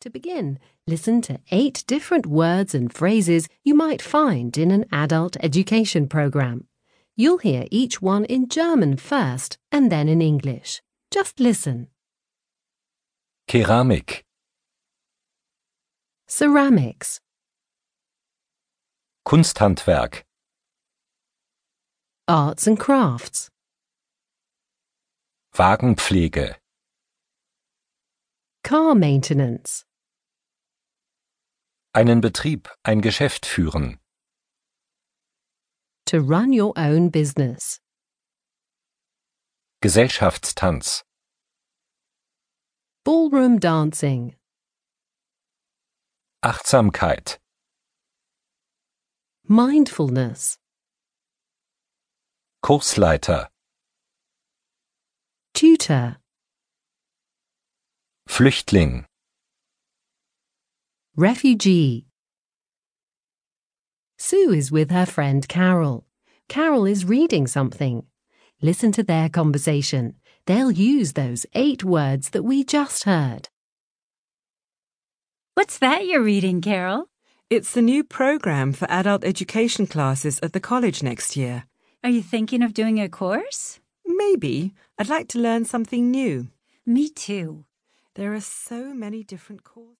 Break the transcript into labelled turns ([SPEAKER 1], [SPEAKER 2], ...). [SPEAKER 1] To begin, listen to eight different words and phrases you might find in an adult education program. You'll hear each one in German first and then in English. Just listen.
[SPEAKER 2] Keramik,
[SPEAKER 1] Ceramics,
[SPEAKER 2] Kunsthandwerk,
[SPEAKER 1] arts and crafts,
[SPEAKER 2] Wagenpflege,
[SPEAKER 1] car maintenance,
[SPEAKER 2] einen Betrieb, ein Geschäft führen,
[SPEAKER 1] to run your own business,
[SPEAKER 2] Gesellschaftstanz,
[SPEAKER 1] ballroom dancing,
[SPEAKER 2] Achtsamkeit,
[SPEAKER 1] mindfulness,
[SPEAKER 2] Kursleiter,
[SPEAKER 1] tutor,
[SPEAKER 2] Flüchtling,
[SPEAKER 1] Refugee. Sue is with her friend Carol. Carol is reading something. Listen to their conversation. They'll use those eight words that we just heard.
[SPEAKER 3] What's that you're reading, Carol?
[SPEAKER 4] It's the new program for adult education classes at the college next year.
[SPEAKER 3] Are you thinking of doing a course?
[SPEAKER 4] Maybe I'd like to learn something new.
[SPEAKER 3] Me too.
[SPEAKER 4] There are so many different courses.